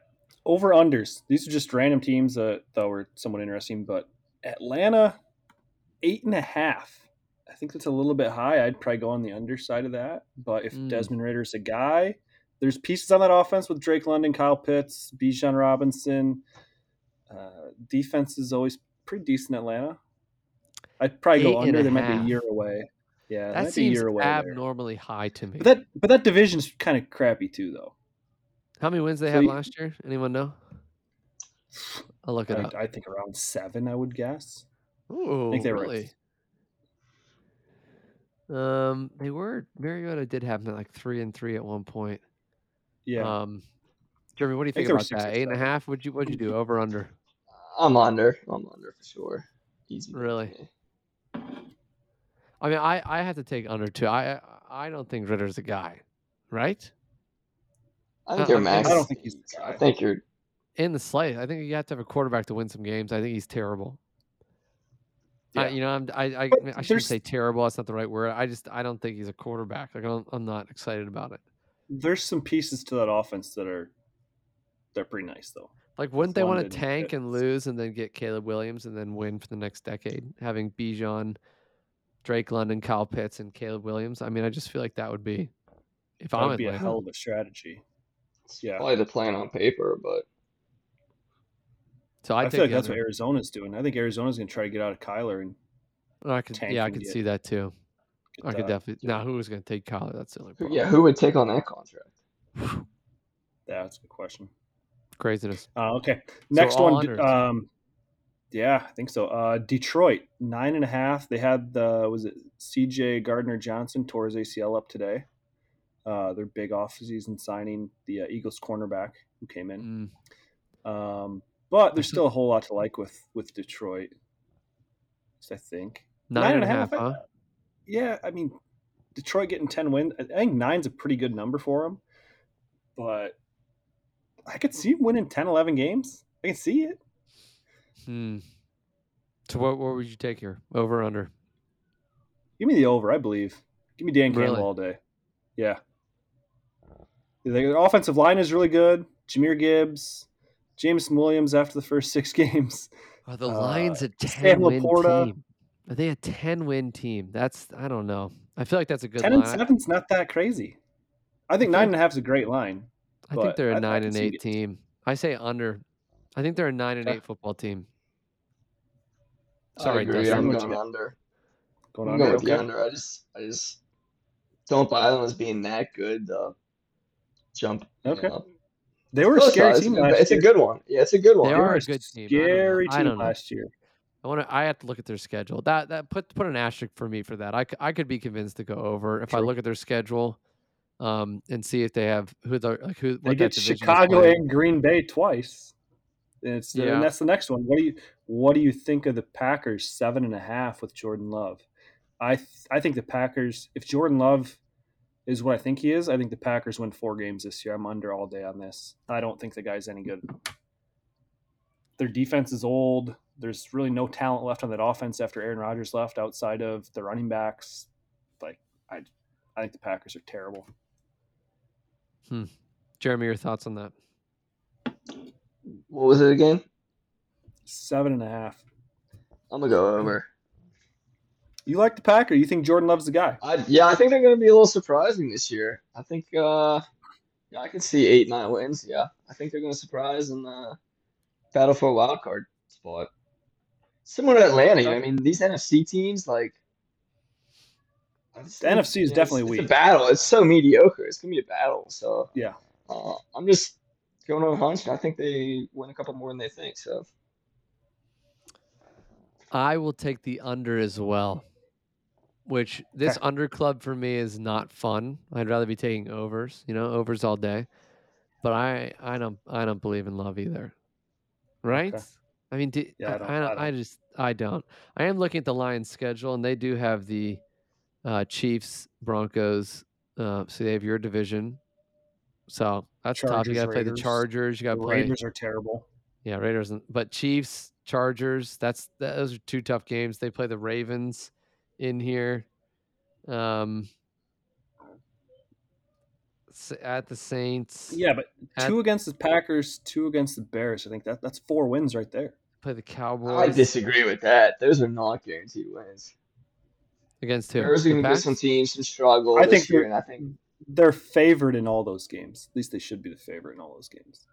Over unders. These are just random teams that that were somewhat interesting, but Atlanta, eight and a half. I think that's a little bit high. I'd probably go on the underside of that. But if Mm. Desmond Ritter's a guy, there's pieces on that offense with Drake London, Kyle Pitts, Bijan Robinson. Uh, defense is always pretty decent. in Atlanta. I'd probably Eight go and under. a They might be a half. year away. Yeah, they That might be a seems year away. there. abnormally high to me. But that but that division's kind of crappy too, though. How many wins they So had you- last year? Anyone know? I'll look it I, up. I think around seven, I would guess. Ooh, I think they were really? Um, they were Mariota did have them at like three and three at one point. Yeah, Um, Jeremy, what do you think think they were about six or that? Eight and a seven. half? Would you what'd you do? Over under? I'm under. I'm under for sure. Easy. pick for Really? me. I mean, I I have to take under too. I I I don't think Ritter's a guy, right? I Uh, think you're I'm- max. I don't think he's the so I guy. think you're. In the slate, I think you have to have a quarterback to win some games. I think he's terrible. I, Yeah. you know, I'm, I, I, But I shouldn't there's- say terrible. That's not the right word. I just, I don't think he's a quarterback. Like, I don't, I'm not excited about it. There's some pieces to that offense that are they're pretty nice though. Like, wouldn't they want to London and tank and Pitts. lose and then get Caleb Williams and then win for the next decade, having Bijan, Drake London, Kyle Pitts, and Caleb Williams? I mean, I just feel like that would be, if That I'm would be a Atlanta, hell of a strategy. It's Yeah. probably the plan on paper, but so I, I, feel take like the that's what under. Arizona's doing. I think Arizona's going to try to get out of Kyler and I could, tank yeah, I and could get- see that too. get I could that. definitely. yeah. Now, who was going to take Kyler? That's the only who, problem. yeah, Uh-huh. who would take on that contract? That's a good question. Craziness. Uh, okay. Next all one. d- unders. Um, yeah, I think so. Uh, Detroit nine and a half. They had the was it C.J. Gardner Johnson tore his ACL up today. Uh, their big offseason signing, the uh, Eagles cornerback who came in. Mm. Um, but there's Actually- still a whole lot to like with with Detroit. I think Nine and a half, huh? I- yeah, I mean, Detroit getting ten wins. I think nine's a pretty good number for them. But I could see 'em winning 10, 11 games. I can see it. Hmm. So what, what would you take here? Over or under? Give me the over, I believe. Give me Dan Campbell Really? all day. Yeah. Their offensive line is really good. Jameer Gibbs, James Williams after the first six games. Are the Uh, Lions a Sam ten win Laporta. team? Are they a ten win team? That's I don't know. I feel like that's a good Ten line. and seven's not that crazy. I think nine and a half's a great line. I but think they're a I- I nine can and see eight it. team. I say under. I think they're a nine and Okay. eight football team. I Sorry, agree, Dustin. I'm What going you- under. Going I'm on going there, with the okay. under. I just, I just don't buy them as being that good. The jump. you Okay. know. They were a Close, scary though. It's team a good, last it's a year. good one. Yeah, it's a good They one. They are were a a good team. I don't know. scary I team don't know. last year. I want to. I have to look at their schedule. That that put put an asterisk for me for that. I, c- I could be convinced to go over if I True. look at their schedule, um, and see if they have who the like who They what that get division is Chicago playing. and Green Bay twice. And it's Yeah. and that's the next one. What do you what do you think of the Packers seven and a half with Jordan Love? I th- I think the Packers if Jordan Love is what I think he is, I think the Packers win four games this year. I'm under all day on this. I don't think the guy's any good. Their defense is old. There's really no talent left on that offense after Aaron Rodgers left outside of the running backs. Like I I think the Packers are terrible. Jeremy, your thoughts on that? What was it again? Seven and a half. I'm gonna go over. You like the Packer. You think Jordan Love's the guy. I, yeah, I think they're gonna be a little surprising this year. I think uh, yeah, I can see eight, nine wins. Yeah, I think they're gonna surprise and uh, battle for a wild card spot. Similar to Atlanta, you know, I mean, these NFC teams like I just The think, NFC is you know, it's, definitely it's weak. a battle. It's so mediocre. It's gonna be a battle. So Yeah. uh, I'm just going on a hunch. and I think they win a couple more than they think. So I will take the under as well. Which this Okay. under club for me is not fun. I'd rather be taking overs. You know, overs all day. But I I don't I don't believe in love either. Right? I mean, do, Yeah, I don't- I, I, don't, I I just I don't. I am looking at the Lions' schedule, and they do have the uh, Chiefs, Broncos. Uh, so they have your division. So that's tough. You Chargers, got to play the Raiders. Chargers. You got The to play Raiders are terrible. yeah Raiders, and- but Chiefs, Chargers. That's that, those are two tough games. They play the Ravens in here. Um, s- at the Saints. Yeah, but At- two against the Packers, two against the Bears. I think that that's four wins right there. Play the I Cowboys disagree with that. Those are not guaranteed wins. against who? There's The going to be some Pats? teams who struggle I this think year, they're- and I think They're favored in all those games. At least they should be the favorite in all those games.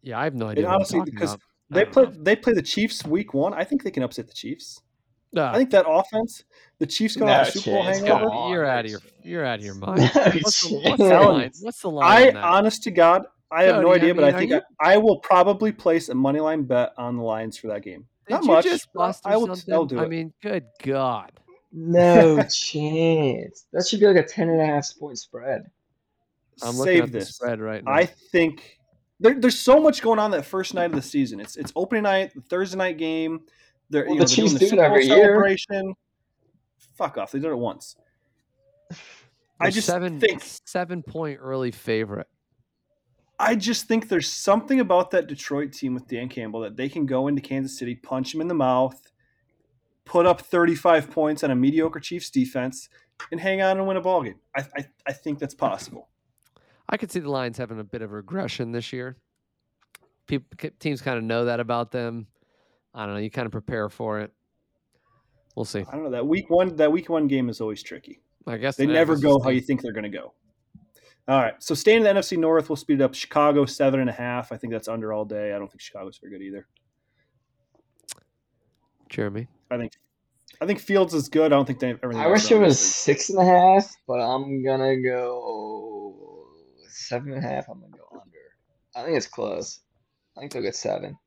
Yeah, I have no And idea what I'm honestly, talking because about. I they don't play know. they play the Chiefs week one, I think they can upset the Chiefs. Ah. I think that offense, the Chiefs coming no off a Super Bowl chance. Come hangover. on, You're you're no out of your you're out of your chance. mind. No What's the what's the Telling you. line? chance. What's the line I on that? honest to God, I have no Cody, I idea, but mean, I are think you I, I will probably place a money line bet on the Lions for that game. Not did you much, just but bust or I will. i I'll something? do I it. mean, good God. No chance. That should be like a ten and a half point spread. I'm looking Save at the this. spread right now. I think there, there's so much going on that first night of the season. It's it's opening night, the Thursday night game. They're Well, you the know they're Chiefs doing the do it Super Bowl every year. celebration. Fuck off! They did it once. I They're just seven think seven point early favorite. I just think there's something about that Detroit team with Dan Campbell that they can go into Kansas City, punch him in the mouth, put up 35 points on a mediocre Chiefs defense, and hang on and win a ball game. I, I, I think that's possible. I could see the Lions having a bit of regression this year. People, teams kind of know that about them. I don't know. You kind of prepare for it. We'll see. I don't know that week one that week one game is always tricky. I guess They I never guess we'll go how see. you think they're going to go. All right, so staying in the NFC North, we'll speed it up. Chicago seven and a half. I think that's under all day. I don't think Chicago's very good either. Jeremy. I think I think Fields is good. I don't think they everything. I else wish it around him is was very- six and a half, but I'm gonna go seven and a half. I'm gonna go under. I think it's close. I think they'll get seven.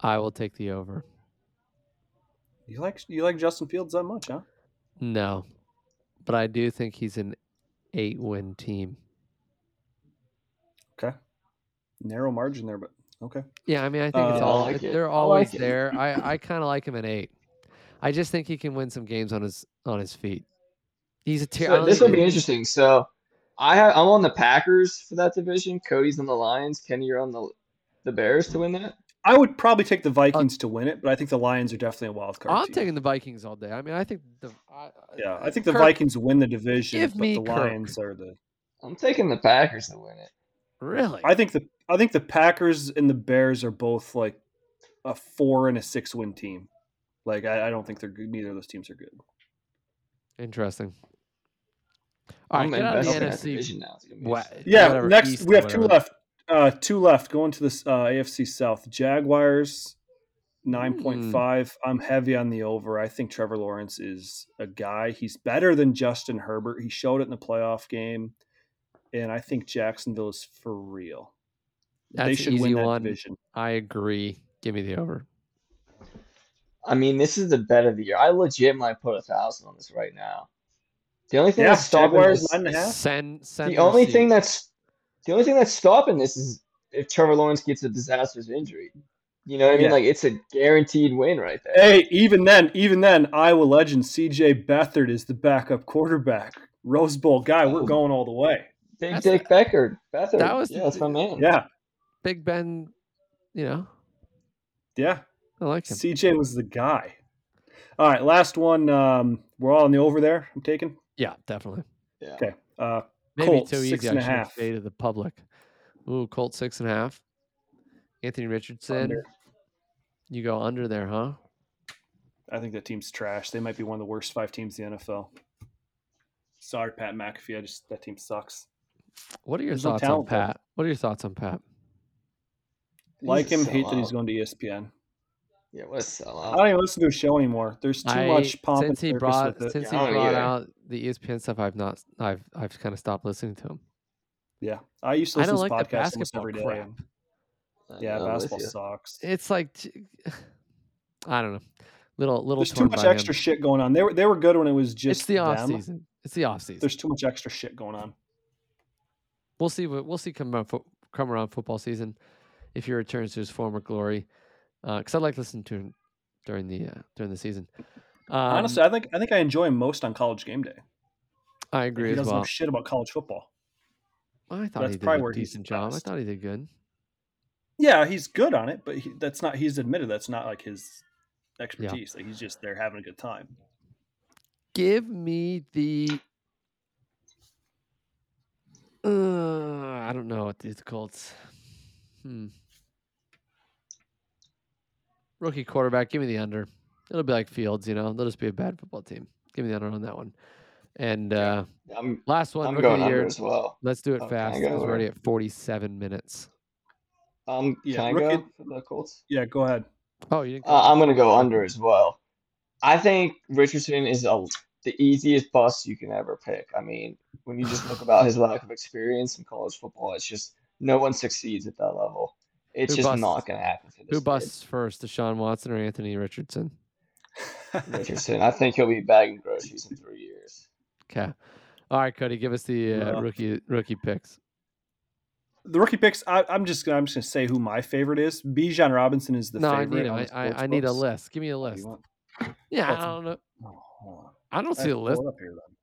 I will take the over. You like you like Justin Fields that much, huh? No, but I do think he's an eight win team. Okay, narrow margin there, but okay. Yeah, I mean, I think it's Uh, I all like it- it. they're I like always it. there. I I kind of like him at eight. I just think he can win some games on his on his feet. He's a ter- I So don't this think will he- be interesting. So I ha I'm on the Packers for that division. Cody's on the Lions. Kenny, you're on the the Bears to win that. I would probably take the Vikings to win it, but I think the Lions are definitely a wild card. I'm team. taking the Vikings all day. I mean, I think the I, Yeah, uh, I think the Kirk- Vikings win the division, Give but me the Kirk. Lions are the. I'm taking the Packers to win it. Really? I think the I think the Packers and the Bears are both like a four and a six win team. Like I, I don't think they're good. neither of those teams are good. Interesting. All right, I'm get out of the invested in that NFC. division now. It's gonna be wa- interesting. Yeah, whatever, next East we or have two whatever. left. Uh, two left going to this uh, AFC South. Jaguars Hmm. nine point five. I'm heavy on the over. I think Trevor Lawrence is a guy. He's better than Justin Herbert. He showed it in the playoff game, and I think Jacksonville is for real. That's they an should easy win that one. division. I agree. Give me the over. I mean, this is the bet of the year. I legit might put a thousand on this right now. The only thing Yeah, that's stopping Jaguars this, nine and a half. Send send the the only thing receipt. that's the only thing that's stopping this is if Trevor Lawrence gets a disastrous injury. You know what I mean? Yeah. Like it's a guaranteed win right there. Hey, even then, even then, Iowa legend CJ Beathard is the backup quarterback. Rose Bowl guy, we're Oh. going all the way. Big That's- Dick Becker, Beathard. that was- yeah, that's my man. Yeah, Big Ben, you know, yeah. I like him. CJ was the guy. All right, last one. Um, we're all on the over there. I'm taking. Yeah, definitely. Yeah. Okay. Uh, Maybe Colts, too six easy. and a I should have half. faded the public. Ooh, Colt six and a half. Anthony Richardson. Under. You go under there, huh? I think that team's trash. They might be one of the worst five teams in the NFL. Sorry, Pat McAfee. I just that team sucks. What are your There's no thoughts on talent there. Pat? What are your thoughts on Pat? He's Like a him, hate that he's sellout. going to E ESPN. Yeah, what a I sellout. don't even listen to his show anymore. There's too Oh. I- much pomp and since he circus brought with it. since Yeah, I he don't brought either. out the E ESPN stuff, I've not I've I've kind of stopped listening to him. Yeah, I used to I listen don't to like this the podcast almost basketball every day. crap. and- I Uh, Yeah, know, I'm with basketball you. sucks. It's like t- I don't know. Little little There's too torn much by extra him. shit going on. They were they were good when it was just It's the off them. season. It's the off season. There's too much extra shit going on. We'll see what we'll see come around fo- come around football season if he returns to his former glory. Because I like listening to him during the uh, during the season. Um, Honestly, I think I think I enjoy him most on college game day. I Like, agree he as doesn't know well. shit about college football. I thought that's he did probably a where he's decent the job. I best. thought he did good. Yeah, he's good on it, but he, that's not he's admitted that's not like his expertise. Like he's just there having a good time. Give me the. Uh, I don't know what these Colts. Hmm. Rookie quarterback, give me the under. It'll be like Fields, you know. They'll just be a bad football team. Give me the under on that one. And uh, I'm last one, I'm rookie of going the under year. as well. Let's do it Oh, can I fast go because we're already over? at 47 minutes. Um, Yeah, can I rookie- go for the Colts? Yeah, go ahead. Oh, you didn't. Uh, I'm gonna go Okay. under as well. I think Richardson is a, the easiest bust you can ever pick. I mean, when you just look about his lack of experience in college football, it's just no one succeeds at that level. It's Who just busts- not gonna happen for Who this kid. busts first, Deshaun Watson or Anthony Richardson? Richardson, I think he'll be bagging groceries in three years. Okay. All right, Cody, give us the uh, Uh, rookie rookie picks. the rookie picks. I, I'm just gonna I'm just gonna say who my favorite is. Bijan Robinson is the no, I favorite. need 'em. on I, the I, I sports need a books. list. Give me a Oh, you list. want- Yeah, oh, I it's- don't know. oh, hold on. I don't I see have a to list. pull it up here. Then.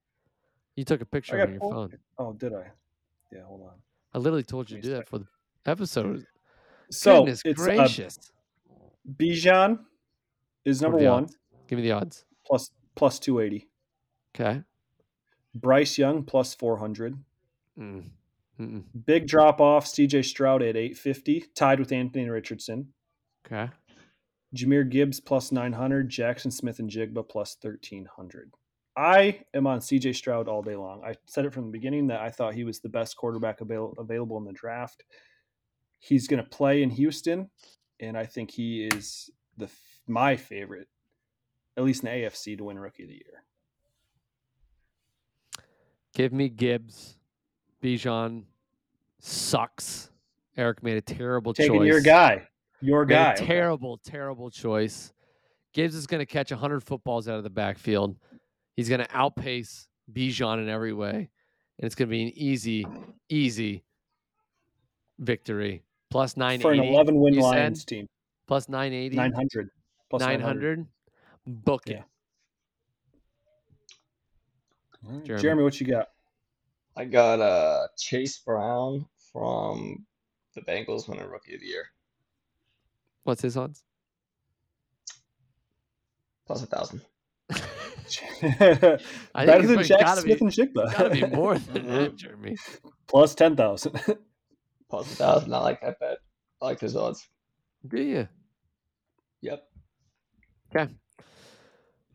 You took a picture of it I got on your pulled- phone. Oh, did I? Yeah, hold on. I literally told you Give to me a do that for the episode. So Goodness it's uh, gracious. Bijan is What are number the one odds? Give me the odds. plus plus two eighty. Okay. Bryce Young plus four hundred. Mm. Mm-mm. Big drop off. C.J. Stroud at eight fifty, tied with Anthony Richardson. Okay. Jameer Gibbs plus nine hundred. Jackson Smith and Jigba plus thirteen hundred. I am on C.J. Stroud all day long. I said it from the beginning that I thought he was the best quarterback avail- available in the draft. He's going to play in Houston, and I think he is the f- my favorite, at least in the AFC, to win Rookie of the Year. Give me Gibbs. Bijan sucks. Eric made a terrible Taking choice. your guy, your Made a guy. Okay. terrible, terrible choice. Gibbs is going to catch 100 footballs out of the backfield. He's going to outpace Bijan in every way. And it's going to be an easy, easy victory. Plus 980. for an 11 win you said? Lions team. Plus 980. 900. Plus 900. 900. Book it. Yeah. All right, Jeremy. Jeremy. what you got? I got uh Chase Brown from the Bengals winning Rookie of the Year What's his odds? plus a thousand. Better than it's gotta Jack Smith be- and Uh-huh. Jigba. Got to be more than that, Jeremy. Plus 10,000. Plus a thousand. I like that bet. I like those odds. Do you? Yep.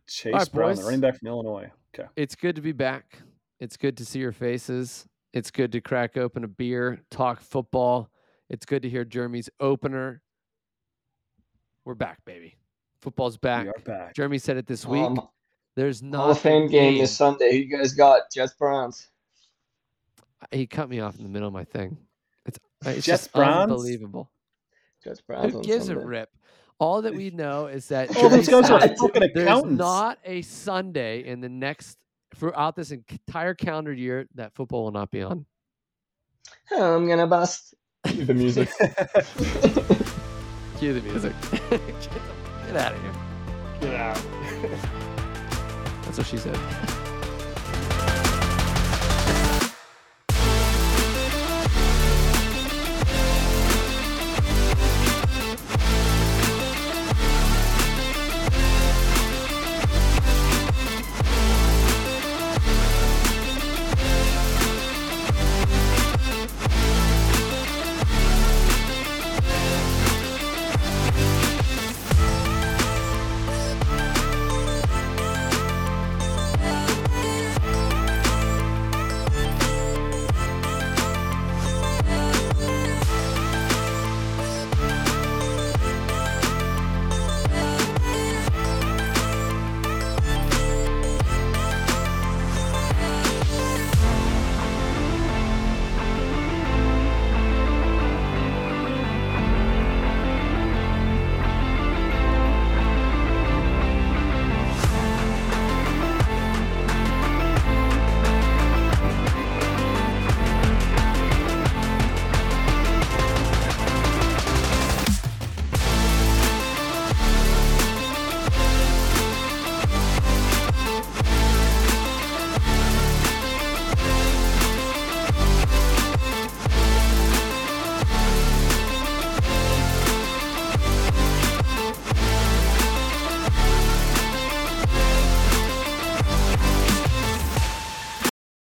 Chase All right, Brown, the boys. running back from Illinois. Okay. It's good to be back. It's good to see your faces. It's good to crack open a beer, talk football. It's good to hear Jeremy's opener. We're back, baby. Football's back. We are back. Jeremy said it this week. Um, There's not Hall of Fame game this Sunday. Who you guys got? Jets Browns. He cut me off in the middle of my thing. It's, uh, it's Jets just Browns? unbelievable. Jets Browns. Who on gives a Sunday. rip? All that we know is that Oh, those Jeremy guys are Sal- fucking there's accountants. not a Sunday in the next throughout this entire calendar year that football will not be on. I'm gonna bust. The music. Cue the music. get, the- get out of here. Get out. That's what she said.